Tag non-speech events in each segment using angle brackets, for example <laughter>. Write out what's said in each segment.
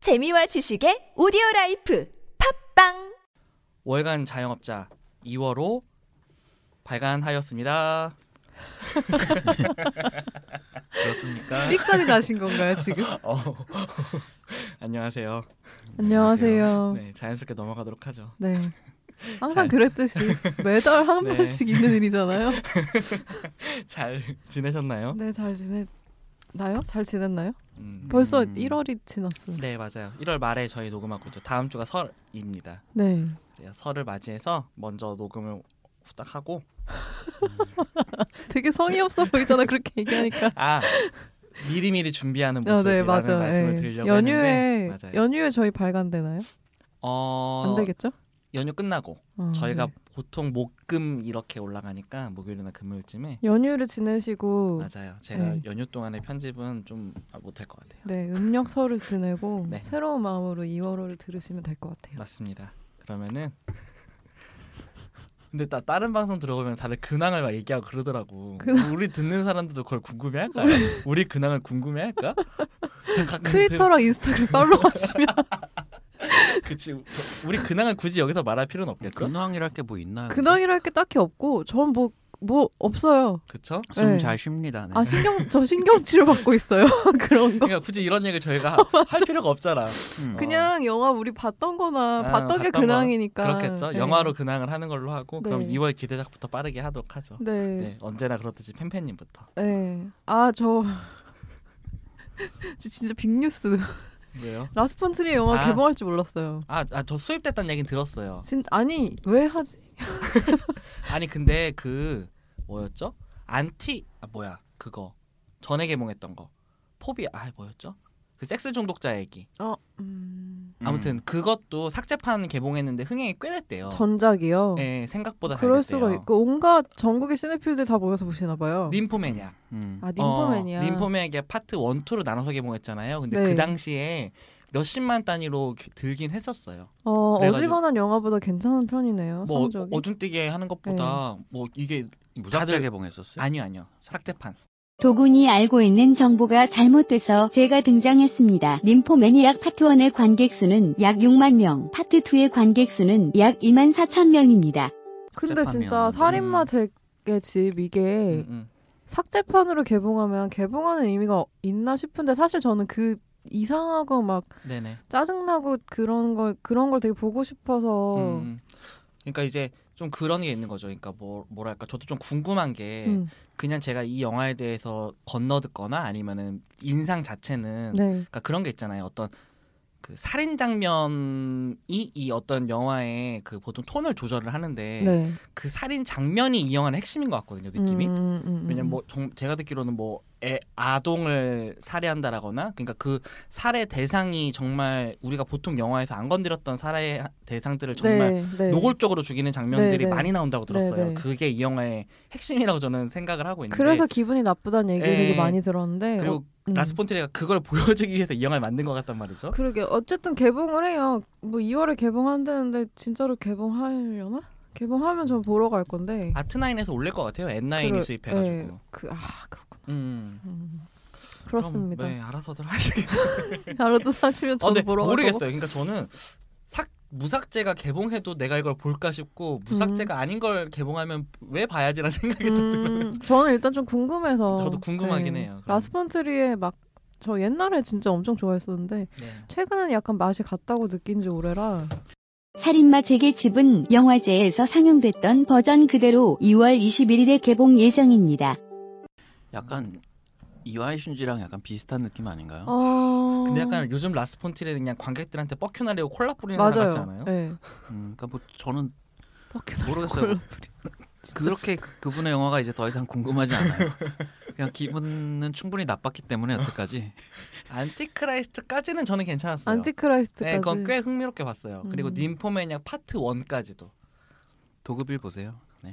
재미와 지식의 오디오 라이프 팝빵 월간 자영업자 2월호 <laughs> 발간하였습니다. 그렇습니까? 삑살이 나신 건가요 지금? 어. <laughs> 안녕하세요. <laughs> 안녕하세요. 네, 자연스럽게 넘어가도록 하죠. 네. 항상 잘- <laughs> 그랬듯이 매달 한 네. 번씩 있는 <laughs> 일이잖아요. 잘 지내셨나요? 네, 잘 지냈나요? 잘 지냈나요? 음. 벌써 음. 1월이 지났어요. 네, 맞아요. 1월 말에 저희 녹음하고 있죠. 다음 주가 설입니다. 네. 그래서 설을 맞이해서 먼저 녹음을 후딱 하고 되게 성의 없어 보이잖아 그렇게 <laughs> 얘기하니까. 아 미리미리 준비하는 아, 모습이라는 네, 맞아요. 말씀을 예. 드리려고 연휴에 했는데 맞아요. 연휴에 저희 발간되나요? 어, 안 되겠죠? 연휴 끝나고 아, 저희가 네. 보통 목금 이렇게 올라가니까 목요일이나 금요일쯤에 연휴를 지내시고 맞아요. 제가 네. 연휴 동안에 편집은 좀 못할 것 같아요. 네 음력설을 지내고 네. 새로운 마음으로 2월호를 들으시면 될 것 같아요. 맞습니다. 그러면은 <laughs> 근데 나 다른 방송 들어보면 다들 근황을 막 얘기하고 그러더라고. 근황. 우리 듣는 사람들도 그걸 궁금해할까? <laughs> 우리 근황을 궁금해할까? 가끔 트위터랑 네. 인스타그램 <laughs> 팔로우하시면 들- 그치. 우리 근황을 굳이 여기서 말할 필요는 그- 없겠죠. 근황이랄 게 뭐 있나요? 근황이랄 게 딱히 없고 전 뭐 뭐 없어요. 그쵸? 네. 숨잘 쉽니다. 네. 아 신경 저 <laughs> 신경 치료 받고 있어요 <laughs> 그런 거. 그러니까 굳이 이런 얘기를 <laughs> 저희가 할 필요가 없잖아. 음. 그냥 영화 우리 봤던거나 아, 봤던 게 봤던 거. 근황이니까. 그렇겠죠. 네. 영화로 근황을 하는 걸로 하고 그럼 네. 2월 기대작부터 빠르게 하도록 하죠. 네. 네, 언제나 그렇듯이 팬팬님부터. 네. 아저 <laughs> 저 진짜 빅뉴스. <laughs> 왜요? 라스펀트리 영화 아. 개봉할 줄 몰랐어요. 아, 아, 저 수입됐다는 얘기는 들었어요. 진 아니 왜 하지? 아니 근데 그 뭐였죠? 안티 아 뭐야 그거 전에 개봉했던 거 포비아 아 뭐였죠? 그 섹스 중독자 얘기. 어 음, 음. 아무튼 그것도 삭제판 개봉했는데 흥행이 꽤 됐대요. 전작이요. 어. 네, 생각보다 잘 그럴 됐대요. 수가 있고 온갖 전국의 시네필들 다 모여서 보시나 봐요. 림포맨이야. 음. 아 닌포맨이야. 어, 닌포맨에게 파트 1, 2로 나눠서 개봉했잖아요. 근데 네. 그 당시에 몇십만 단위로 기- 들긴 했었어요. 어 그래가지고- 어지간한 영화보다 괜찮은 편이네요. 뭐 어, 성적이. 네. 어준뜨게 하는 것보다 뭐 이게 무삭제 다들- 개봉했었어요. 아니요 아니요 삭제판 도군이 알고 있는 정보가 잘못돼서 제가 등장했습니다. 림포매니악 파트 1의 관객 수는 약 6만 명, 파트 2의 관객 수는 약 2만 4천 명입니다. 근데 어, 삭제판이었는데. 진짜 살인마 제의 집 이게 음, 음. 삭제판으로 개봉하면 개봉하는 의미가 있나 싶은데 사실 저는 그 이상하고 막 네네 짜증나고 그런 걸 그런 걸 되게 보고 싶어서 음. 그러니까 이제 좀 그런 게 있는 거죠 그러니까 뭐, 뭐랄까 저도 좀 궁금한 게 음, 그냥 제가 이 영화에 대해서 건너듣거나 아니면은 인상 자체는 네. 그러니까 그런 게 있잖아요 어떤 그 살인 장면이 이 어떤 영화의 그 보통 톤을 조절을 하는데 네. 그 살인 장면이 이 영화의 핵심인 것 같거든요 느낌이 음, 음, 음, 음. 왜냐면 뭐 정- 제가 듣기로는 뭐 애, 아동을 살해한다라거나 그러니까 그 살해 대상이 정말 우리가 보통 영화에서 안 건드렸던 살해 대상들을 정말 네, 네. 노골적으로 죽이는 장면들이 네, 네. 많이 나온다고 들었어요. 네, 네. 그게 이 영화의 핵심이라고 저는 생각을 하고 있는데 그래서 기분이 나쁘다는 얘기 를 되게 에, 많이 들었는데 네. 그리고 어, 음. 라스폰트리가 그걸 <laughs> 보여주기 위해서 이 영화를 만든 것 같단 말이죠. 그러게 어쨌든 개봉을 해요. 뭐 2월에 개봉한다는데 진짜로 개봉하려나? 개봉하면 전 보러 갈 건데. 아트나인에서 올릴 것 같아요. N9이 그러- 예, 수입해가지고. 그, 아 그렇군. 음. 음. 그럼, 그렇습니다. 네, 알아서들 하시겠죠. 알아도 하시면 어, 저도 네, 보러 갈 거고. 모르겠어요. 그러니까 저는 삭 무삭제가 개봉해도 내가 이걸 볼까 싶고 무삭제가 아닌 걸 개봉하면 왜 봐야지라는 <laughs> 생각이 들더라고요. 음, 저는 일단 좀 궁금해서. 예. 저도 궁금하긴 해요, 그럼. 라스펀트리의 막 저 옛날에 진짜 엄청 좋아했었는데 최근에는 약간 맛이 갔다고 느낀 지 오래라. 살인마 제게 집은 영화제에서 상영됐던 버전 그대로 2월 21일에 개봉 예정입니다. 약간 음. 이와이 슌지랑 약간 비슷한 느낌 아닌가요? 어... 근데 약간 요즘 라스폰티는 그냥 관객들한테 뻑큐나리고 콜라 뿌리는 사람 같지 맞아요. 않아요? 네. 음, 그러니까 뭐 저는 버킷 모르겠어요. 알콜. 그렇게 그- 그분의 영화가 이제 더 이상 궁금하지 <laughs> 않아요. 그냥 기분은 충분히 나빴기 때문에 여태까지 안티크라이스트까지는 저는 괜찮았어요. 안티크라이스트까지. 네, 그건 꽤 흥미롭게 봤어요. 그리고 음. 닌포매니악 파트 1까지도. 도급일 보세요. 네.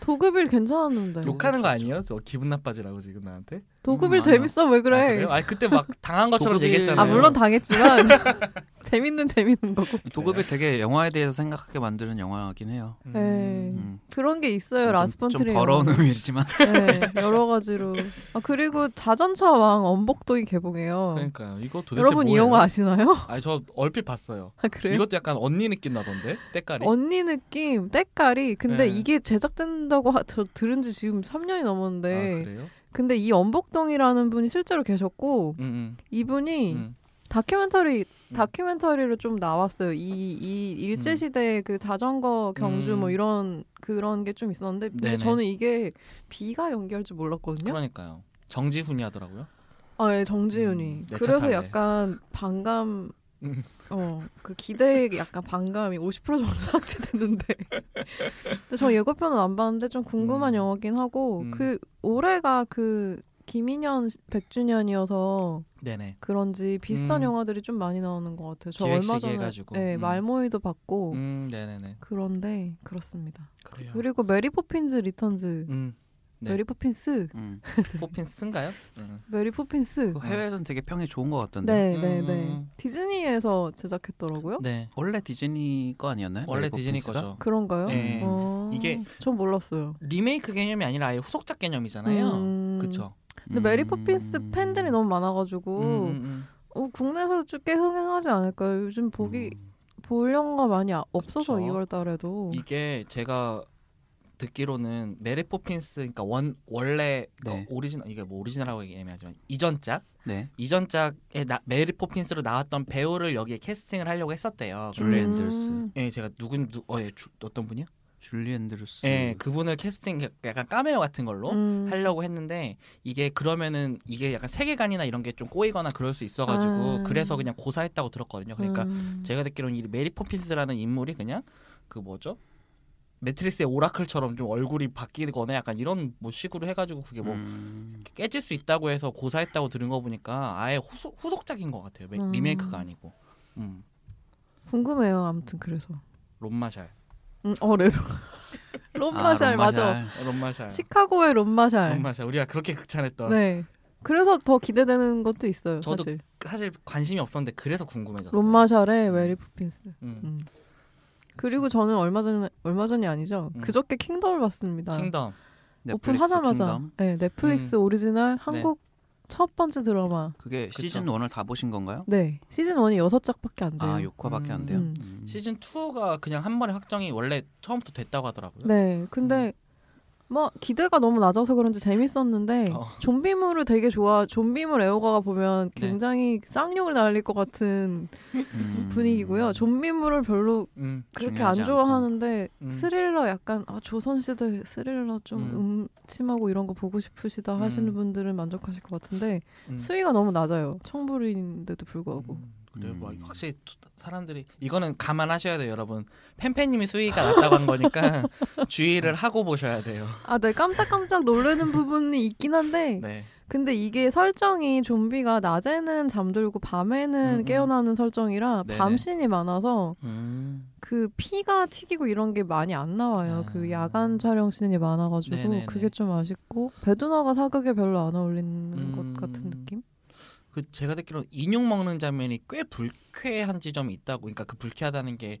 도급일 괜찮았는데. 독- 욕하는 거 좋죠. 아니에요? 저 기분 나빠지라고 지금 나한테? 도급일 음, 아니요. 재밌어 왜 아, 그렇죠. 네. 그래? 그래요? 아니 그때 막 당한 것처럼 독일- 얘기했잖아요. 아 물론 당했지만 <laughs> 재밌는 재밌는 거고. 도급이 되게 영화에 대해서 생각하게 만드는 영화긴 해요. 음. 아, 네. 음. 그런 게 있어요 좀- 네, 라스펀트리. 좀 더러운 의미지만 네, 여러 가지로. 아 그리고 자전차 왕 엄복동이 개봉해요. 그러니까요. 이거 네, 도대체 여러분 이 뭐예요? 영화 아시나요? <laughs> 아니 저 얼핏 봤어요. 아 그래요? 이것도 약간 언니 느낌 나던데 때깔이. 언니 느낌, 때깔이. 근데 네. 이게 제작된다고 하, 저 들은 지 지금 3년이 아 넘었는데. 그래요? 근데 이 엄복동이라는 분이 실제로 계셨고 음, 이분이 음, 음. 다큐멘터리 음. 다큐멘터리로 좀 나왔어요. 이 이 일제 시대 그 자전거 경주 뭐 음. 이런 그런 게 좀 있었는데 근데 네네. 저는 이게 비가 연기할 줄 몰랐거든요. 그러니까요. 정지훈이 하더라고요. 아, 예, 정지윤이. 음, 내차 그래서 탈래. 약간 반감 음. 어, 그 기대에 약간 반감이 50% 정도 <laughs> 삭제됐는데. 근데 저 예고편은 안 봤는데 좀 궁금한 음. 영화긴 하고 음. 그 올해가 그 김인현 100주년이어서 네네. 그런지 비슷한 음. 영화들이 좀 많이 나오는 것 같아요. 저 기획식 얼마 전에 해가지고. 네, 음. 말모이도 봤고 음 네네네. 그런데 그렇습니다. 그래요. 그리고 메리 포핀즈 리턴즈, 음 네. 메리 포핀스, 음. 포핀스인가요? 음. 메리 포핀스. 그 해외에선 되게 평이 좋은 것 같던데. 네, 네, 음. 네. 디즈니에서 제작했더라고요. 네. 원래 디즈니 거 아니었나요? 원래 메리 디즈니 포핀스가? 거죠. 그런가요? 네. 어, 이게- 전 몰랐어요. 리메이크 개념이 아니라 아예 후속작 개념이잖아요. 음. 그렇죠. 근데 음. 메리 포핀스 팬들이 너무 많아가지고 음, 어, 국내에서 쭉 꽤 흥행하지 않을까요? 요즘 보기 음. 볼 영화 많이 아- 없어서 그쵸. 2월달에도 이게 제가 듣기로는 메리 포핀스 그러니까 원 원래 네. 그 오리지널 이게 뭐 오리지널이라고 얘기 애매하지만 이전작 네. 이전작에 나, 메리 포핀스로 나왔던 배우를 여기에 캐스팅을 하려고 했었대요. 줄리 음. 근데- 앤더스. 예, 제가 누군 누 어, 예, 주- 어떤 분이요? 줄리 앤드루스. 예, 그분을 캐스팅 약간 까메오 같은 걸로 음. 하려고 했는데 이게 그러면은 이게 약간 세계관이나 이런 게 좀 꼬이거나 그럴 수 있어가지고 아. 그래서 그냥 고사했다고 들었거든요. 그러니까 음. 제가 듣기로는 이 메리 포핀스라는 인물이 그냥 그 뭐죠? 매트릭스의 오라클처럼 좀 얼굴이 바뀌거나 약간 이런 뭐 식으로 해가지고 그게 뭐 음. 깨질 수 있다고 해서 고사했다고 들은 거 보니까 아예 후속, 후속작인 것 같아요. 메- 음. 리메이크가 아니고. 음, 궁금해요. 아무튼 그래서 롬마샬. 음, 어 레로 롬마샬 아, 맞아. 롬마샬. 롬마샬. 시카고의 롬마샬. 롬마샬. 우리가 그렇게 극찬했던. 네. 그래서 더 기대되는 것도 있어요. 저도 사실 사실 관심이 없었는데 그래서 궁금해졌어요. 롬마샬의 메리 포핀스. 음. 음. 그리고 저는 얼마 전에 얼마 전이 아니죠. 음. 그저께 킹덤을 봤습니다. 킹덤. 넷플릭스 오픈하자마자 킹덤? 네, 넷플릭스 오리지널 한국 첫 번째 드라마. 그게 그쵸. 시즌 1을 다 보신 건가요? 네. 시즌 1이 여섯 작밖에 안 돼요. 아, 6화밖에 안 음. 돼요. 네. 음. 음. 시즌 2가 그냥 한 번에 확정이 원래 처음부터 됐다고 하더라고요. 네. 근데 뭐 기대가 너무 낮아서 그런지 재밌었는데 어. 좀비물을 되게 좋아 좀비물 애호가가 보면 네. 굉장히 쌍욕을 날릴 것 같은 음. 분위기고요. 좀비물을 별로 음. 그렇게 안 중요하지 않고. 좋아하는데 음. 스릴러 약간 아, 조선시대 스릴러 좀 음. 음. 침하고 이런 거 보고 싶으시다 하시는 음. 분들은 만족하실 것 같은데 음. 수위가 너무 낮아요. 청불인데도 불구하고. 음, 그래요. 뭐 음. 확실히 또 사람들이 이거는 감안하셔야 돼요, 여러분. 팬팬님이 수위가 낮다고 한 <laughs> 거니까 주의를 하고 보셔야 돼요. 아, 네 깜짝깜짝 놀라는 부분이 있긴 한데 네. 근데 이게 설정이 좀비가 낮에는 잠들고 밤에는 음, 음. 깨어나는 설정이라 네네. 밤신이 많아서 음. 그 피가 튀기고 이런 게 많이 안 나와요. 아. 그 야간 촬영 씬이 많아가지고 네네네. 그게 좀 아쉽고 배두나가 사극에 별로 안 어울리는 음. 것 같은 느낌. 그 제가 듣기로 인육 먹는 장면이 꽤 불쾌한 지점이 있다고. 그러니까 그 불쾌하다는 게 꽤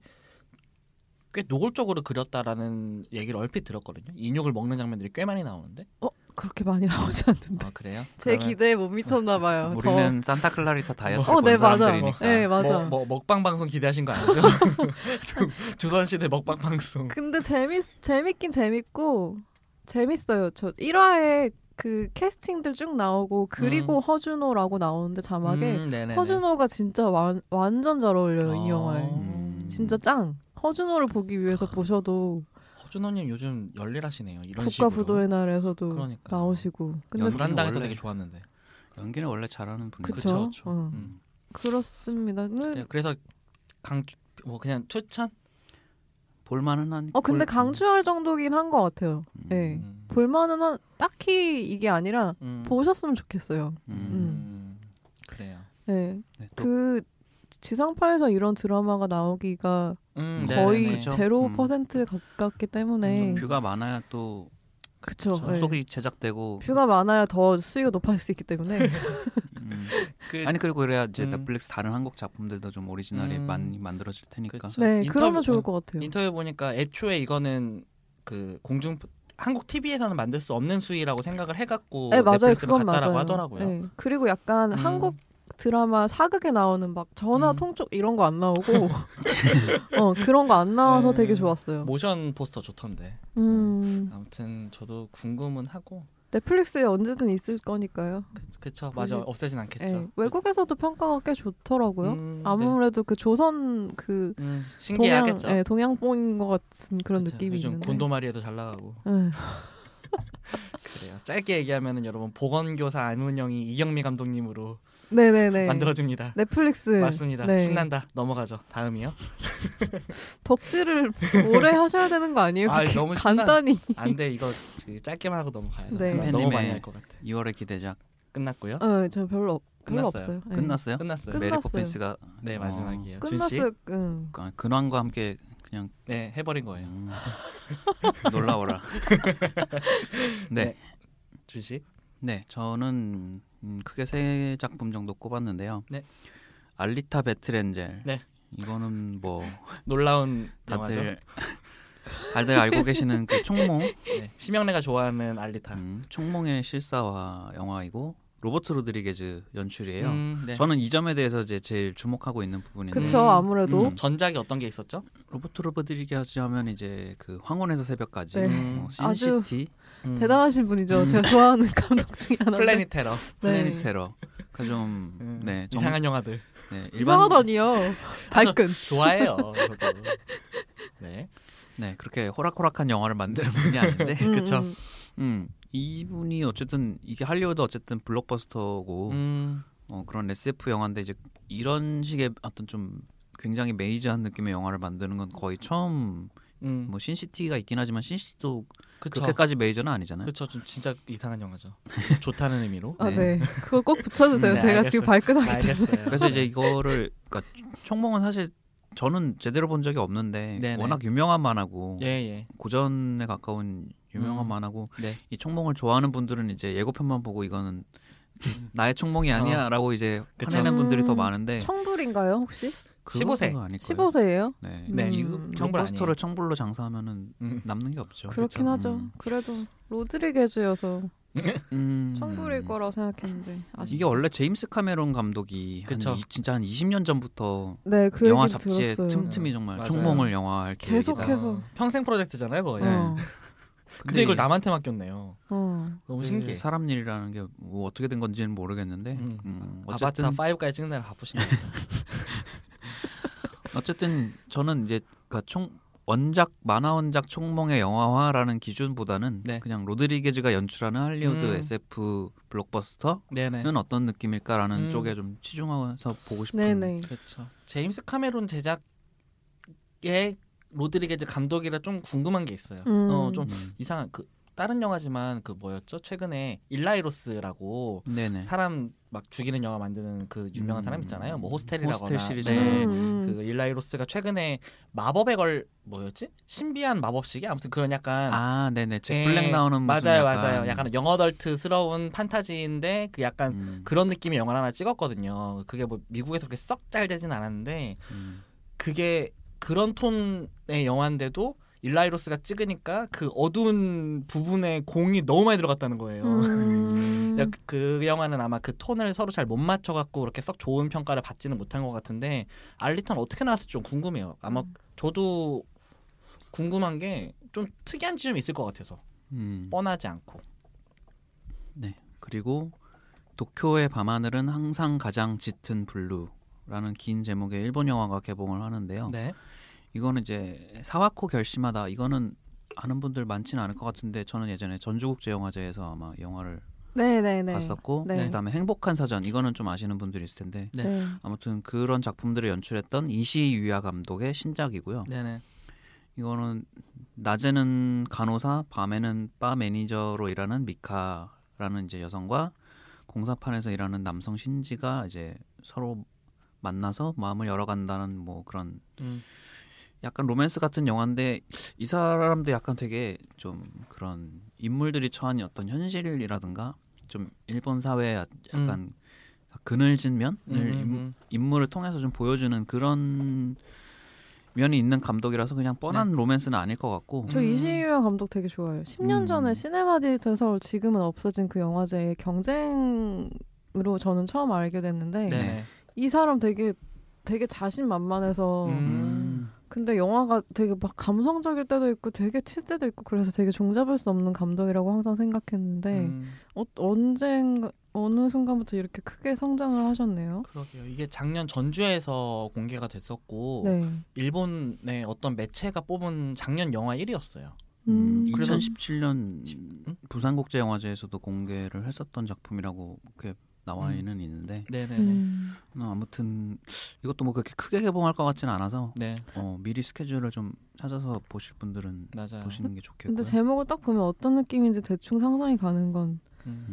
노골적으로 그렸다라는 얘기를 얼핏 들었거든요. 인육을 먹는 장면들이 꽤 많이 나오는데. 어 그렇게 많이 <laughs> 나오지 않는데 아 그래요? 제 그러면 기대에 못 미쳤나 봐요. 우리는 산타클라리타 다이어트 어, 본 네, 맞아. 사람들이니까. 더. 네 맞아. 뭐, 뭐 먹방 방송 기대하신 거 아니죠? <laughs> 조- 조선시대 먹방 방송. 근데 재밌 재밌긴 재밌고 재밌어요. 저 1화에 그 캐스팅들 쭉 나오고 그리고 음. 허준호라고 나오는데 자막에 음, 네네네. 허준호가 진짜 완, 완전 잘 어울려요 아. 이 영화에. 음. 진짜 짱. 허준호를 보기 위해서 보셔도 허준호님 요즘 열일하시네요. 아, 이런 국가 식으로. 부도의 날에서도 그러니까요. 나오시고. 근데 연기- 불안당해서 원래- 되게 좋았는데. 연기는 원래 잘하는 분이 그쵸? 그쵸, 그쵸. 어. 음. 그렇습니다. 네. 네, 그래서 강 뭐 그냥 추천. 볼만은 한. 어 근데 볼- 강추할 정도긴 한 것 같아요. 음. 네. 음. 볼만은 한 딱히 이게 아니라 음. 보셨으면 좋겠어요. 음. 음. 그래요. 네. 네, 또 그 지상파에서 이런 드라마가 나오기가 음, 거의 네네네. 그쵸. 제로 음. 퍼센트 가깝기 때문에 또 뷰가 많아야 또 그쵸. 네. 속이 제작되고 <laughs> 뷰가 많아야 더 수위가 높아질 수 있기 때문에 음, 그, 아니 그리고 그래야 이제 음. 넷플릭스 다른 한국 작품들도 좀 오리지널이 음. 많이 만들어질 테니까. 그쵸. 네, 인터뷰- 음, 그러면 좋을 것 같아요. 인터뷰 보니까 애초에 이거는 그 공중 한국 TV에서는 만들 수 없는 수위라고 생각을 해갖고 네, 맞아요. 넷플릭스로 그건 갔다라고 맞아요. 하더라고요. 네. 그리고 약간 음. 한국 드라마 사극에 나오는 막 전화 음. 통촉 이런 거 <laughs> 안 나오고 어 그런 거 안 나와서 네. 되게 좋았어요. 모션 포스터 좋던데. 음 아무튼 저도 궁금은 하고 넷플릭스에 언제든 있을 거니까요. 그쵸 맞아 보실- 없애진 않겠죠. 예. 외국에서도 평가가 꽤 좋더라고요. 음, 네. 아무래도 그 조선 그 음, 동양 신기하겠죠. 예, 동양뽕인 것 같은 그런 그쵸. 느낌이 요즘 있는데. 곤도마리에도 잘 나가고 예. 그래요. 짧게 얘기하면은 여러분 보건교사 안은영이 이경미 감독님으로 네네네. 만들어집니다. 넷플릭스 맞습니다. 네. 신난다. 넘어가죠. 다음이요. 덕질을 오래 하셔야 되는 거 아니에요? 아, 그렇게 너무 신나- 간단히 안돼 이거 그 짧게만 하고 넘어가야죠. 네. 너무 팬님의- 많이 할 것 같아. 2월의 기대작 끝났고요. 어, 저 별로 없- 별로 끝났어요. 없어요. 예. 끝났어요? 끝났어요. 끝- 그 메리 끝났어요. 포핀스가 네 어, 마지막이에요. 준 씨, 음. 끝났어요. 예. 응. 아, 근황과 함께 그냥 네 해버린 거예요. 음, <laughs> 놀라워라. <laughs> 네, 준 씨, 네, 저는 음, 크게 세 작품 정도 꼽았는데요. 네. 알리타 배틀엔젤. 네. 이거는 <laughs> 뭐 놀라운 영화죠. 다들 <laughs> 다들 알고 계시는 그 총몽, 네. 심영래가 좋아하는 알리타. 음, 총몽의 실사화 영화이고 로버트 로드리게즈 연출이에요. 음, 네. 저는 이 점에 대해서 이제 제일 주목하고 있는 부분인데 그쵸 음. 아무래도 음, 전작이 어떤 게 있었죠? 로버트 로버드리게즈 하면 이제 그 황혼에서 새벽까지 네. 뭐 아주 신시티, 음, 대단하신 분이죠. 제가 좋아하는 <laughs> 감독 중에 하나. 플래닛 테러. 네. 플래닛 테러 그러니까 좀네 음, 정- 이상한 영화들. 네, 일반 <laughs> 이상하더니요. 발끈. 좋아해요. <laughs> 저도. 네. 네 그렇게 호락호락한 영화를 만드는 분이 아닌데 음, 그쵸. 음. 음 이분이 어쨌든 이게 할리우드 어쨌든 블록버스터고 음, 어, 그런 SF 영화인데 이제 이런 식의 어떤 좀 굉장히 메이저한 느낌의 영화를 만드는 건 거의 처음 음. 뭐 신시티가 있긴 하지만 신시티도 그쵸. 그렇게까지 메이저는 아니잖아요. 그쵸. 좀 진짜 이상한 영화죠. 좋다는 의미로. <laughs> 아, 네. 네. 그거 꼭 붙여주세요. 네, 제가 음, 알겠어요. 지금 발끈하기 때문에. 알겠어요. 그래서 이제 이거를 그러니까 총몽은 사실 저는 제대로 본 적이 없는데 네네. 워낙 유명한 만화고 예, 예. 고전에 가까운 유명한 음. 만화고 네. 이 총몽을 좋아하는 분들은 이제 예고편만 <laughs> 보고 이거는 나의 총몽이 아니야라고 이제 어. 그쵸. 화내는 분들이 더 음, 많은데 네. 청불인가요 혹시? 15세. 아닐 거예요. 15세예요? 네. 네. 이 청불 음. 아니에요. 청불포스터를 청불로 장사하면은 음. 남는 게 없죠. 그렇긴 하죠. 음. 그래도 로드리게즈여서 <laughs> 음. 청불일 거라 생각했는데 아쉽. 이게 원래 제임스 카메론 감독이 한 그쵸. 이- 진짜 한 20년 전부터 네그 영화 얘기 잡지에 들었어요. 틈틈이 정말 네. 맞아요. 총몽을 영화할 계속 계획이다. 해서. 아, 평생 프로젝트잖아요, 거의. 네. 어, 근데 이걸 남한테 네. 맡겼네요. <laughs> 어. 너무 그 신기해. 네. 사람 일이라는 게 뭐 어떻게 된 건지는 모르겠는데 음. 음, 아바타 어쨌든 5까지 찍는 날 바쁘시네요. 어쨌든 저는 이제 그러니까 총 원작 만화 원작 총몽의 영화화라는 기준보다는 네. 그냥 로드리게즈가 연출하는 할리우드 음. SF 블록버스터는 <laughs> 네네. 어떤 느낌일까라는 음. 쪽에 좀 치중해서 보고 싶은 네네. 그렇죠. 제임스 카메론 제작의 로드리게즈 감독이라 좀 궁금한 게 있어요. 음. 어, 좀 음. 이상한 그 다른 영화지만 그 뭐였죠? 최근에 일라이로스라고 네네. 사람 막 죽이는 영화 만드는 그 유명한 음. 사람 있잖아요. 뭐 호스텔이라거나 호스텔 시리즈. 네. 음, 음. 그 일라이로스가 최근에 마법의 걸 뭐였지? 신비한 마법시계 아무튼 그런 약간 아, 네네. 잭 예, 블랙 나오는 무슨 맞아요, 약간, 맞아요. 약간 영어덜트스러운 판타지인데 그 약간 음, 그런 느낌의 영화를 하나 찍었거든요. 그게 뭐 미국에서 그렇게 썩 잘 되진 않았는데 음. 그게 그런 톤의 영화인데도 일라이로스가 찍으니까 그 어두운 부분에 공이 너무 많이 들어갔다는 거예요. 음. <laughs> 야, 그 영화는 아마 그 톤을 서로 잘 못 맞춰갖고 그렇게 썩 좋은 평가를 받지는 못한 것 같은데 알리탄 어떻게 나왔을지 좀 궁금해요. 아마 음. 저도 궁금한 게 좀 특이한 지점이 있을 것 같아서 음. 뻔하지 않고 그리고 도쿄의 밤하늘은 항상 가장 짙은 블루라는 긴 제목의 일본 영화가 개봉을 하는데요. 네. 이거는 이제 사와코 결심하다 이거는 아는 분들 많지는 않을 것 같은데 저는 예전에 전주국제영화제에서 아마 영화를 네네네. 봤었고 네. 그다음에 행복한 사전 이거는 좀 아시는 분들이 있을 텐데 네. 네. 아무튼 그런 작품들을 연출했던 이시유야 감독의 신작이고요. 네네. 이거는 낮에는 간호사, 밤에는 바 매니저로 일하는 미카라는 이제 여성과 공사판에서 일하는 남성 신지가 이제 서로 만나서 마음을 열어간다는 뭐 그런 음. 약간 로맨스 같은 영화인데 이 사람도 약간 되게 좀 그런 인물들이 처한 어떤 현실이라든가 좀 일본 사회의 약간 그늘진 면을 음, 음, 인물을 통해서 좀 보여주는 그런 면이 있는 감독이라서 그냥 뻔한 네. 로맨스는 아닐 것 같고 저 음. 이시영 감독 되게 좋아해요. 10년 음. 전에 시네마 디지털서 지금은 없어진 그 영화제의 경쟁으로 저는 처음 알게 됐는데 음. 네. 이 사람 되게 되게 자신만만해서 음. 근데 영화가 되게 막 감성적일 때도 있고 되게 튈 때도 있고 그래서 되게 종잡을 수 없는 감독이라고 항상 생각했는데 음, 어, 언젠가 어느 순간부터 이렇게 크게 성장을 하셨네요. 그러게요. 이게 작년 전주에서 공개가 됐었고 네. 일본의 어떤 매체가 뽑은 작년 영화 1위였어요. 음, 음, 그래서- 2017년 음? 부산국제영화제에서도 공개를 했었던 작품이라고 이렇게 나와 있는 있는데 네네네. 음. 어, 아무튼 이것도 뭐 그렇게 크게 개봉할 것 같지는 않아서 네 어, 미리 스케줄을 좀 찾아서 보실 분들은 맞아요. 보시는 게 좋겠고요. 네. 근데 제목을 딱 보면 어떤 느낌인지 대충 상상이 가는 건 음,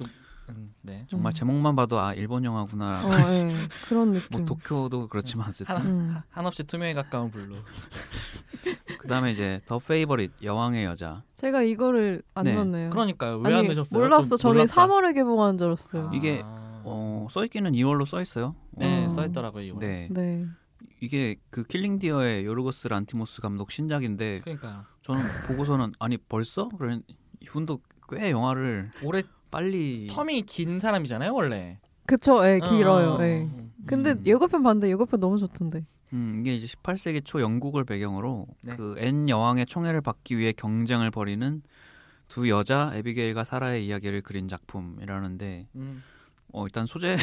음, 음, 네. 정말 음. 제목만 봐도 아 일본 영화구나. 어, 예. <laughs> 그런 뭐 느낌. 도쿄도 그렇지만 어쨌든 음. 한없이 투명에 가까운 블루. 그다음에 이제 더 페이버릿 여왕의 여자 제가 이거를 안 네. 넣었네요. 그러니까요. 왜 안 아니, 넣으셨어요? 몰랐어. 좀 저는 놀랍다. 아. 3월에 개봉하는 줄 알았어요. 이게, 어, 써 있기는 2월로 써 있어요. 네 어. 어, 써있더라고요 이거. 네. 네. 네. 이게 그 킬링 디어의 요르고스 란티모스 감독 신작인데 그러니까요. 저는 보고서는 아니 벌써 그런 이분도 꽤 영화를 올해 빨리 텀이 긴 사람이잖아요 원래. 그쵸, 예, 길어요. 어, 예. 음, 근데 음. 예고편 봤는데 예고편 너무 좋던데. 음, 이게 이제 18세기 초 영국을 배경으로 네. 그 앤 여왕의 총애를 받기 위해 경쟁을 벌이는 두 여자 에비게일과 사라의 이야기를 그린 작품이라는데 음. 어, 일단 소재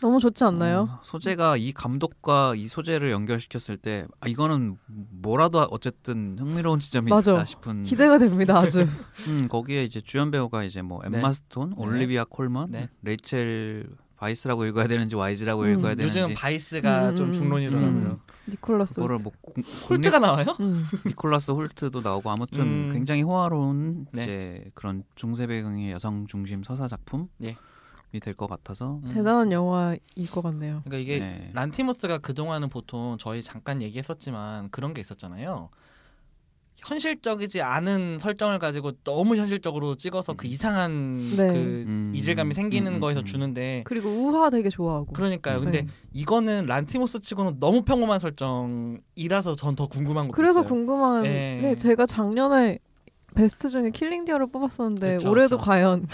너무 좋지 않나요? 어, 소재가 이 감독과 이 소재를 연결시켰을 때 아, 이거는 뭐라도 어쨌든 흥미로운 지점이 맞아. 있다 음. 싶은 기대가 <laughs> 됩니다, 아주. 음, 거기에 이제 주연 배우가 이제 뭐 엠마 네. 스톤, 네. 올리비아 콜먼, 네. 레이첼 바이스라고 읽어야 되는지 와이즈라고 음. 읽어야 되는지 요즘 바이스가 음, 좀 음, 중론이더라고요. 음. 니콜라스. 그거를 뭐 공- 홀트가 나와요? 음. 니콜라스 홀트도 나오고 아무튼 음. 굉장히 호화로운 네. 이제 그런 중세 배경의 여성 중심 서사 작품이 예. 될 것 같아서 음. 대단한 영화일 것 같네요. 그러니까 이게 네. 란티모스가 그동안은 보통 저희 잠깐 얘기했었지만 그런 게 있었잖아요. 현실적이지 않은 설정을 가지고 너무 현실적으로 찍어서 그 이상한 네. 그 음. 이질감이 생기는 음, 음, 거에서 음. 주는데 그리고 우화 되게 좋아하고. 그러니까요. 음. 근데 네. 이거는 란티모스 치고는 너무 평범한 설정이라서 전 더 궁금한 것도 그래서 있어요. 궁금한 예. 네, 제가 작년에 베스트 중에 킬링 디어를 뽑았었는데 그쵸, 올해도 그쵸. <laughs> 과연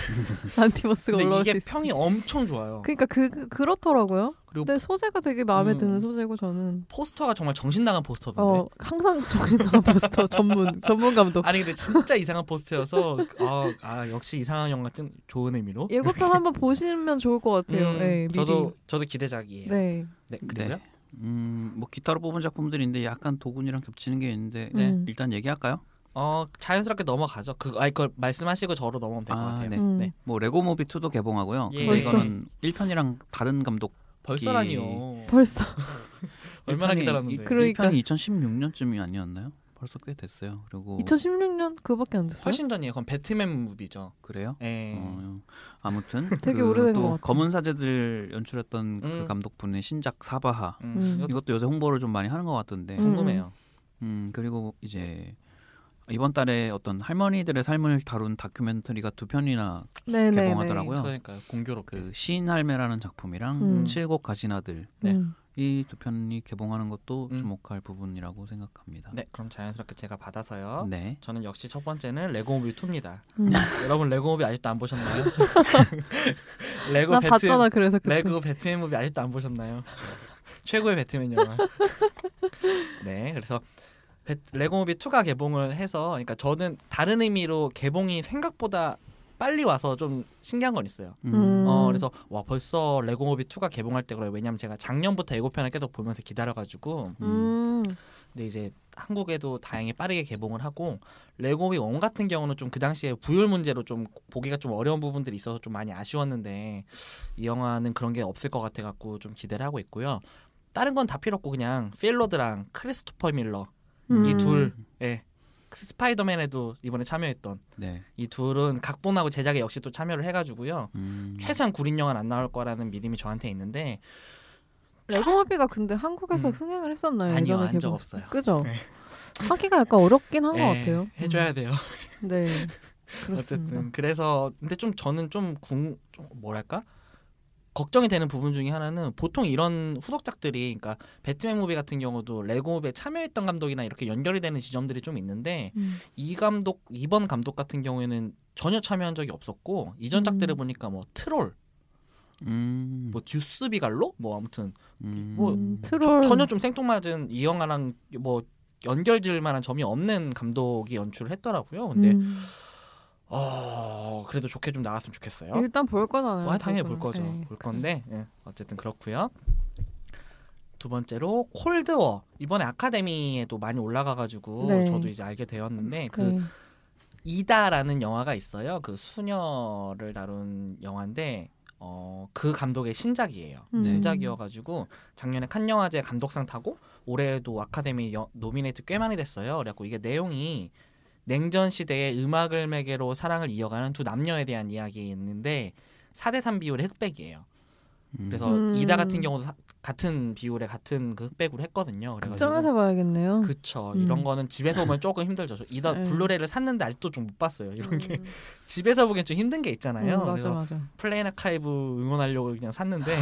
안티버스가 근데 올라올 수 이게 있을지. 평이 엄청 좋아요. 그러니까 그, 그- 그렇더라고요. 그리고 근데 소재가 되게 마음에 음. 드는 소재고 저는 포스터가 정말 정신 나간 포스터던데. 어, 항상 정신나간 포스터 <laughs> 전문 전문 감독. 아니 근데 진짜 이상한 포스터여서 아, 아, 역시 이상한 영화 좀 좋은 의미로. <laughs> 예고편 한번 보시면 좋을 것 같아요. 음, 네, 미리. 저도 저도 기대작이에요. 네, 네. 그리고요. 네. 음, 뭐 기타로 뽑은 작품들인데 약간 도군이랑 겹치는 게 있는데 네. 음. 일단 얘기할까요? 어 자연스럽게 넘어가죠. 그 아이 그걸 말씀하시고 저로 넘어오면 될 것 아, 같아요. 네. 음. 네. 뭐 레고 모비 2도 개봉하고요. 예. 근데 벌써? 이거는 1편이랑 다른 감독 벌써라니요. 벌써 얼마나 1편이 기다렸는데. 이- 그러니까. 1편이 2016년쯤이 아니었나요? 벌써 꽤 됐어요. 그리고 2016년 그거밖에 안 됐어요. 훨씬 전이에요. 그건 배트맨 무비죠. 그래요? 예. 어, 아무튼 <laughs> 되게 그 오래된 또 것 같아요. 검은 사제들 연출했던 음. 그 감독분의 신작 사바하 음, 음. 이것도 이것도 요새 홍보를 좀 많이 하는 것 같던데 음. 궁금해요. 음 그리고 이제 이번 달에 어떤 할머니들의 삶을 다룬 다큐멘터리가 두 편이나 네, 네, 개봉하더라고요. 음. 그러니까요. 공교롭게. 그 시인 할매라는 작품이랑 음. 칠곡 가신 아들 네. 네. 음. 이 두 편이 개봉하는 것도 음. 주목할 부분이라고 생각합니다. 네, 그럼 자연스럽게 제가 받아서요. 네. 저는 역시 첫 번째는 레고 무비 2입니다. 음. 여러분 레고 무비 아직도 안 <laughs> 보셨나요? <laughs> 레고 나 배트맨- 봤잖아 그래서 그때. 레고 배트맨 무비 아직도 안 보셨나요? <laughs> 최고의 배트맨 영화. 네, 그래서 배- 레고 무비 2가 개봉을 해서 그러니까 저는 다른 의미로 개봉이 생각보다 빨리 와서 좀 신기한 건 있어요. 음. 어, 그래서 와 벌써 레고 무비 2가 개봉할 때 그래요. 왜냐면 제가 작년부터 예고편을 계속 보면서 기다려가지고 음. 근데 이제 한국에도 다행히 빠르게 개봉을 하고 레고비 원 같은 경우는 좀 그 당시에 부율 문제로 좀 보기가 좀 어려운 부분들이 있어서 좀 많이 아쉬웠는데 이 영화는 그런 게 없을 것 같아 갖고 좀 기대를 하고 있고요. 다른 건 다 필요 없고 그냥 필로드랑 크리스토퍼 밀러 음. 이 둘, 예. 스파이더맨에도 이번에 참여했던 네. 이 둘은 각본하고 제작에 역시 또 참여를 해가지고요. 음. 최소한 구린 영화는 안 나올 거라는 믿음이 저한테 있는데 레고마비가 근데 한국에서 음. 흥행을 했었나요? 아니요, 예전에 한 적 개봉? 없어요. 네. 그죠? 하기가 약간 어렵긴 한 것 예, 같아요. 해줘야 돼요. 음. <laughs> 네. 그렇습니다. 어쨌든 그래서 근데 좀 저는 좀 궁 좀 뭐랄까 걱정이 되는 부분 중에 하나는 보통 이런 후속작들이 그러니까 배트맨 무비 같은 경우도 레고 무비에 참여했던 감독이나 이렇게 연결이 되는 지점들이 좀 있는데 음. 이 감독 이번 감독 같은 경우에는 전혀 참여한 적이 없었고 이전 작들을 음. 보니까 뭐 트롤, 음, 뭐 듀스비갈로 뭐 아무튼 음, 뭐 음, 저- 트롤 전혀 좀 생뚱맞은 이 영화랑 뭐 연결질 만한 점이 없는 감독이 연출을 했더라고요. 근데 음. 어, 그래도 좋게 좀 나왔으면 좋겠어요. 일단 볼 거잖아요. 와, 뭐 당연히 볼 그거는. 거죠. 네. 볼 건데 예. 어쨌든 그렇고요. 두 번째로 콜드워 이번에 아카데미에도 많이 올라가가지고 네. 저도 이제 알게 되었는데 그 네. 이다라는 영화가 있어요. 그 수녀를 다룬 영화인데 어, 그 감독의 신작이에요. 음. 신작이어가지고 작년에 칸 영화제 감독상 타고 올해도 아카데미 여- 노미네이트 꽤 많이 됐어요. 그래갖고 이게 내용이 냉전 시대의 음악을 매개로 사랑을 이어가는 두 남녀에 대한 이야기인데 4대3 비율의 흑백이에요. 음. 그래서 음. 이다 같은 경우도 사- 같은 비율의 같은 그 흑백으로 했거든요. 그래가지고 극장에서 봐야겠네요. 그쵸. 음. 이런 거는 집에서 보면 조금 힘들죠. 저 이다 음. 블루레이를 샀는데 아직도 좀 못 봤어요. 이런 게 음. 집에서 보기엔 좀 힘든 게 있잖아요. 음, 맞아 아. 그래서 맞아. 플레인 아카이브 응원하려고 그냥 샀는데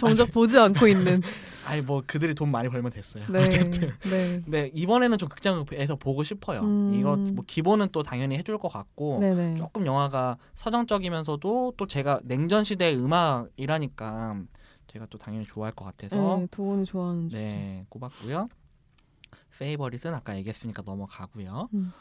정작 보지 않고 있는. <laughs> 아니 뭐 그들이 돈 많이 벌면 됐어요. 네. 네. 네 이번에는 좀 극장에서 보고 싶어요. 음. 이거 뭐 기본은 또 당연히 해줄 것 같고 네네. 조금 영화가 서정적이면서도 또 제가 냉전 시대의 음악이라니까 제가 또 당연히 좋아할 것 같아서 네, 도훈이 좋아하는 주제. 네, 꼽았고요. 페이버릿은 아까 얘기했으니까 넘어가고요. 음.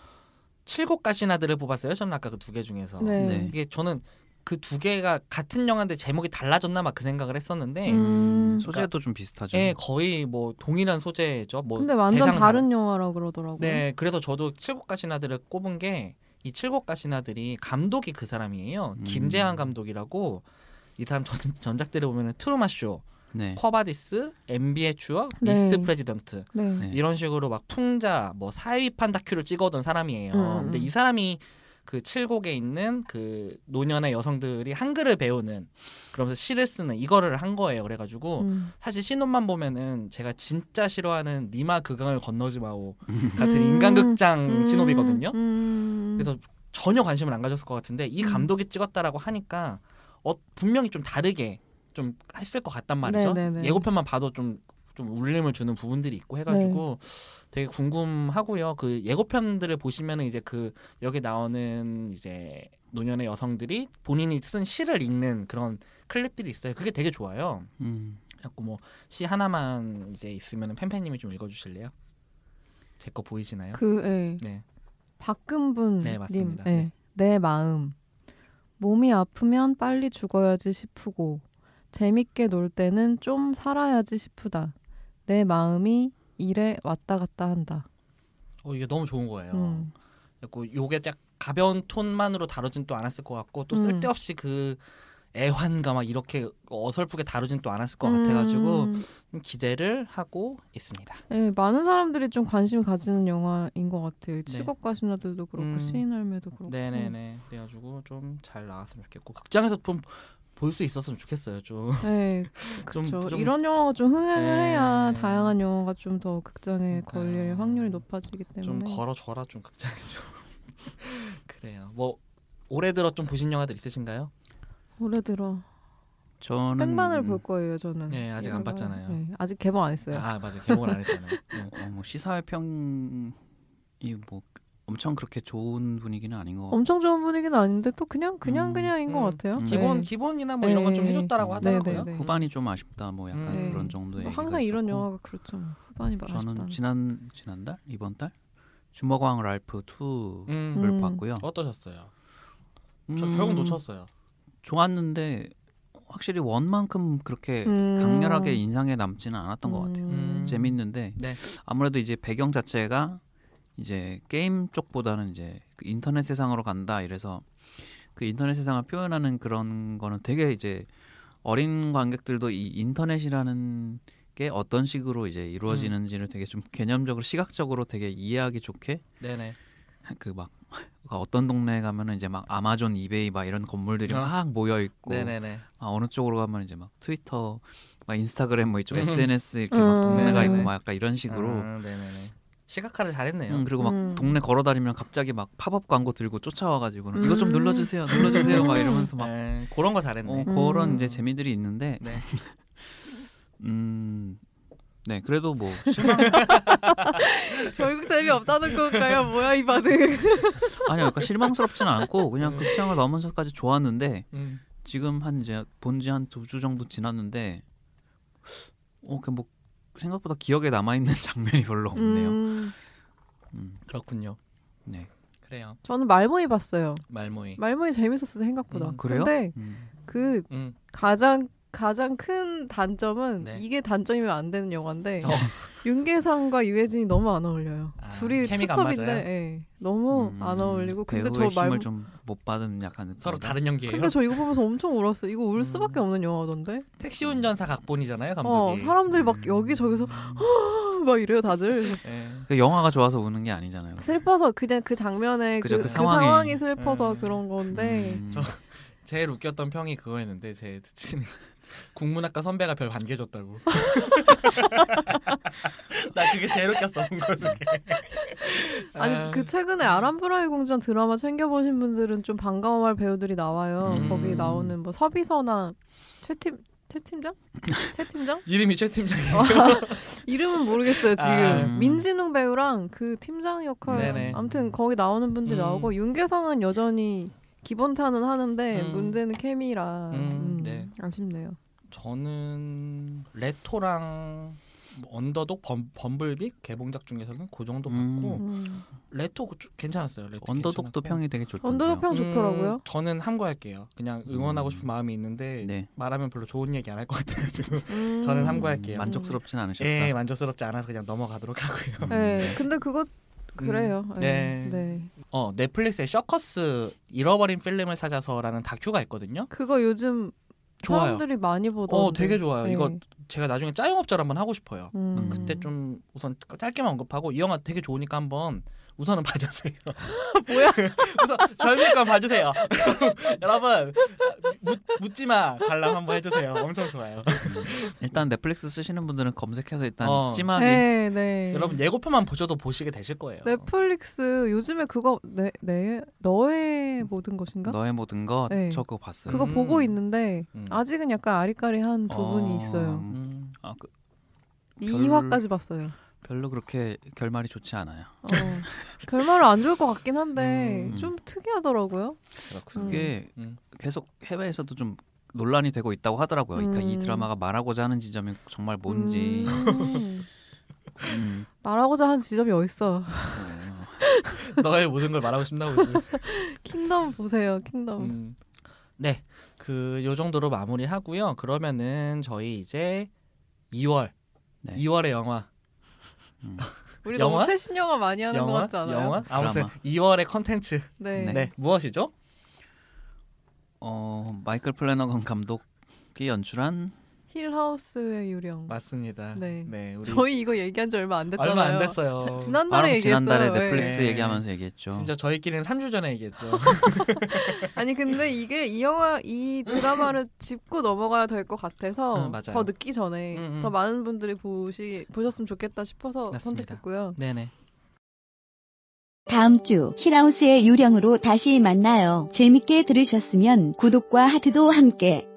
칠곡 가시나들을 뽑았어요. 저는 아까 그 두 개 중에서 네. 네. 이게 저는 그 두 개가 같은 영화인데 제목이 달라졌나 막 그 생각을 했었는데 음. 소재도 좀 비슷하죠. 예, 거의 뭐 동일한 소재죠. 뭐 근데 완전 대상 다른 영화라 그러더라고요. 네, 그래서 저도 칠곡 가시나들을 꼽은 게 이 칠곡 가시나들이 감독이 그 사람이에요. 음. 김재환 감독이라고 이 사람 전, 전작들을 보면은 트루마 쇼, 네. 커바디스, MB의 추억, 네. 미스 프레지던트 네. 네. 이런 식으로 막 풍자 뭐 사회비판 다큐를 찍어오던 사람이에요. 음, 음. 근데 이 사람이 그 칠곡에 있는 그 노년의 여성들이 한글을 배우는 그러면서 시를 쓰는 이거를 한 거예요. 그래가지고 음. 사실 신혼만 보면은 제가 진짜 싫어하는 니마 그강을 건너지 마오 같은 음. 인간극장 음. 신호비거든요. 음. 그래서 전혀 관심을 안 가졌을 것 같은데 이 음. 감독이 찍었다라고 하니까 어, 분명히 좀 다르게 좀 했을 것 같단 말이죠. 네네네. 예고편만 봐도 좀 좀 울림을 주는 부분들이 있고 해가지고 네. 되게 궁금하고요. 그 예고편들을 보시면은 이제 그 여기 나오는 이제 노년의 여성들이 본인이 쓴 시를 읽는 그런 클립들이 있어요. 그게 되게 좋아요. 음. 자꾸 뭐시 하나만 이제 있으면 팬팬님이 좀 읽어주실래요? 제 거 보이시나요? 그 예. 네. 박금분 네, 맞습니다. 님. 예. 내 마음. 몸이 아프면 빨리 죽어야지 싶고 재밌게 놀 때는 좀 살아야지 싶다. 내 마음이 일에 왔다 갔다 한다. 어 이게 너무 좋은 거예요. 음. 자꾸 요게 딱 가벼운 톤만으로 다루진 또 않았을 것 같고 또 음. 쓸데없이 그 애환과 막 이렇게 어설프게 다루진 또 않았을 것 음. 같아가지고 좀 기대를 하고 있습니다. 예, 많은 사람들이 좀 관심 가지는 영화인 것 같아요. 칠곡 가시나들도 그렇고 네. 음. 시인할매도 그렇고. 네네네. 그래가지고 좀 잘 나왔으면 좋겠고 극장에서 좀 볼 수 있었으면 좋겠어요. 좀 예, <laughs> 좀- 그렇죠. 좀- 이런 영화가 좀 흥행을 네. 해야 다양한 영화가 좀 더 극장에 그러니까요. 걸릴 확률이 높아지기 좀 때문에. 걸어줘라 좀 극장에 좀 <laughs> 그래요. 뭐 올해 들어 좀 보신 영화들 있으신가요? 오래 들어. 저는 백만을 볼 거예요 저는. 음. 네, 아직 안 이거를. 봤잖아요. 네, 아직 개봉 안 했어요. 아 맞아 개봉을 안 <laughs> 했잖아요. 네. 어, 뭐 시사회평이 뭐 엄청 그렇게 좋은 분위기는 아닌 것 같고 엄청 좋은 분위기는 아닌데 또 그냥 그냥 음, 그냥인 것 어. 음. 같아요. 기본 네. 기본이나 뭐 이런 건 좀 네. 해줬다라고 네, 하더라고요. 네. 후반이 좀 아쉽다 뭐 약간 음. 그런 정도의 뭐 얘기가 항상 이런 있었고. 영화가 그렇죠. 후반이 많다. 저는 지난 지난달 이번 달 주먹왕 랄프 2를 음. 음. 봤고요. 어떠셨어요? 음, 저 결국 놓쳤어요. 좋았는데 확실히 원만큼 그렇게 음. 강렬하게 인상에 남지는 않았던 것 같아요. 음. 재밌는데 네. 아무래도 이제 배경 자체가 이제 게임 쪽보다는 이제 그 인터넷 세상으로 간다 이래서 그 인터넷 세상을 표현하는 그런 거는 되게 이제 어린 관객들도 이 인터넷이라는 게 어떤 식으로 이제 이루어지는지를 되게 좀 개념적으로 시각적으로 되게 이해하기 좋게 네네. 그 막 <laughs> 어떤 동네에 가면은 이제 막 아마존, 이베이 막 이런 건물들이 어. 막 모여 있고 네네네. 아, 어느 쪽으로 가면 이제 막 트위터, 막 인스타그램 뭐 이쪽 음. SNS 이렇게 음. 막 동네가 있고 네네네. 막 약간 이런 식으로 아, 네네네. 시각화를 잘했네요. 음, 그리고 막 음. 동네 걸어다니면 갑자기 막 팝업 광고 들고 쫓아와가지고 는 음. 이거 좀 눌러주세요, 눌러주세요 막 이러면서 막 에, 그런 거 네, 잘했네. 어, 음. 그런 이제 재미들이 있는데 네. <laughs> 음, 네 그래도 뭐 결국 재미없다는 건가요? 뭐야 이 <laughs> 반응. 아니요, 그러니까 실망스럽지는 않고 그냥 극장을 넘어서까지 좋았는데 음. 지금 한 이제 본지 한 두 주 정도 지났는데 어, 그뭐 생각보다 기억에 남아 있는 <laughs> 장면이 별로 없네요. 음, 음, 그렇군요. 네. 그래요. 저는 말모이 봤어요. 말모이. 말모이 재밌었어요 생각보다. 네. 음, 그래요? 근데 음. 그 음. 가장 가장 큰 단점은 네. 이게 단점이면 안 되는 영화인데 어. <laughs> 윤계상과 유해진이 너무 안 어울려요. 아, 둘이 케미가 안 투톱인데 맞아요? 예, 너무 음, 안 어울리고 근데 저 배우의 힘을 말모 좀 못 받은 약간 느낌. 서로 다른 연기예요. 근데 저 이거 보면서 엄청 울었어요. 이거 울 음. 수밖에 없는 영화던데. 택시 운전사 각본이잖아요, 어, 감독이. 음. 사람들이 막 여기저기서 <gasps> 막 이래요 <laughs> 다들. 예. 그 영화가 좋아서 우는 게 아니잖아요. 슬퍼서 그냥 그 장면에 그, 그죠, 그, 그 상황이, 상황이. 슬퍼서 음. 그런 건데 음, 저- 제일 웃겼던 평이 그거였는데 제 친구 <laughs> 국문학과 선배가 별 반개 줬다고. <laughs> 나 그게 제일 웃겼어. <laughs> 그거 중에. 아니 아, 그 최근에 아람브라이 궁전 드라마 챙겨보신 분들은 좀 반가워할 배우들이 나와요. 음. 거기 나오는 뭐 서비서나 최팀 <laughs> 최팀장? 최팀장? 이름이 최 팀장이. 이름은 모르겠어요 지금 아, 음. 민진웅 배우랑 그 팀장 역할 네네. 아무튼 거기 나오는 분들이 음. 나오고 윤계상은 여전히 기본타는 하는데 음. 문제는 케미라 음, 음, 네. 아쉽네요 저는 레토랑 뭐 언더독 범, 범블빅 개봉작 중에서는 그 정도 음. 봤고 음. 레토 그- 괜찮았어요. 레토 괜찮았고. 언더독도 평이 되게 좋던데요. 언더독 평 음, 좋더라고요 저는 함구할게요. 그냥 응원하고 음. 싶은 마음이 있는데 네. 말하면 별로 좋은 얘기 안 할 것 <laughs> 같아가지고 음. 저는 함구할게요. 만족스럽진 않으셨다. 예 만족스럽지 않아서 그냥 넘어가도록 하고요. 네 근데 그거 <laughs> 그래요 음, 네. 네. 네. 어 넷플릭스에 셔커스 잃어버린 필름을 찾아서라는 다큐가 있거든요. 그거 요즘 좋아요. 사람들이 많이 보던 어 되게 좋아요. 예. 이거 제가 나중에 짜영업자를 한번 하고 싶어요. 음. 그때 좀 우선 짧게만 언급하고 이 영화 되게 좋으니까 한번 우선은 <laughs> 봐주세요. <laughs> 뭐야? <laughs> 우선 절묘감 봐주세요. <laughs> 여러분 묻, 묻지마 관람 한번 해주세요. 엄청 좋아요. 일단 넷플릭스 쓰시는 분들은 검색해서 일단 어. 찜하게 네, 네. 여러분 예고편만 보셔도 보시게 되실 거예요. 넷플릭스 요즘에 그거 내, 내 너의 모든 것인가? 너의 모든 것 네. 저 그거 봤어요. 그거 음. 보고 있는데 음. 아직은 약간 아리까리한 부분이 어, 있어요. 음, 아, 그, 이 별- 2화까지 봤어요. 별로 그렇게 결말이 좋지 않아요. 어. 결말은 안 좋을 것 같긴 한데 음. 좀 특이하더라고요. 그렇군요. 그게 음. 계속 해외에서도 좀 논란이 되고 있다고 하더라고요. 그러니까 이 음. 드라마가 말하고자 하는 지점이 정말 뭔지. 음. 음, 말하고자 하는 지점이 어딨어. <laughs> 어, 음. 너의 모든 걸 말하고 싶다고. 지금. 킹덤 보세요. 킹덤. 음. 네, 그 요 정도로 마무리하고요. 그러면은 저희 이제 2월 네. 2월의 영화 우리 영화? 너무 최신 영화 많이 하는 것 영화 같지 않아요? 영화 아무튼 드라마. 2월의 컨텐츠 네. 네. 네. 무엇이죠? 어, 마이클 플래너건 감독이 연출한 힐하우스의 유령. 맞습니다. 네. 우리 저희 이거 얘기한 지 얼마 안 됐잖아요. 음. 얼마 안 됐어요. 자- 바로 지난달에 얘기했어요. 지난달에 네. 넷플릭스 네. 얘기하면서 얘기했죠. 심지어 저희끼리는 3주 전에 <laughs> 얘기했죠. 예. 아니 근데 이게 이 영화 이 드라마를 짚고 넘어가야 될 것 같아서 응, 맞아요. 더 늦기 전에 응, 응. 더 많은 분들이 보시 보셨으면 좋겠다 싶어서 맞습니다. 선택했고요. 네네. 다음 주 힐하우스의 유령으로 다시 만나요. 재밌게 들으셨으면 구독과 하트도 함께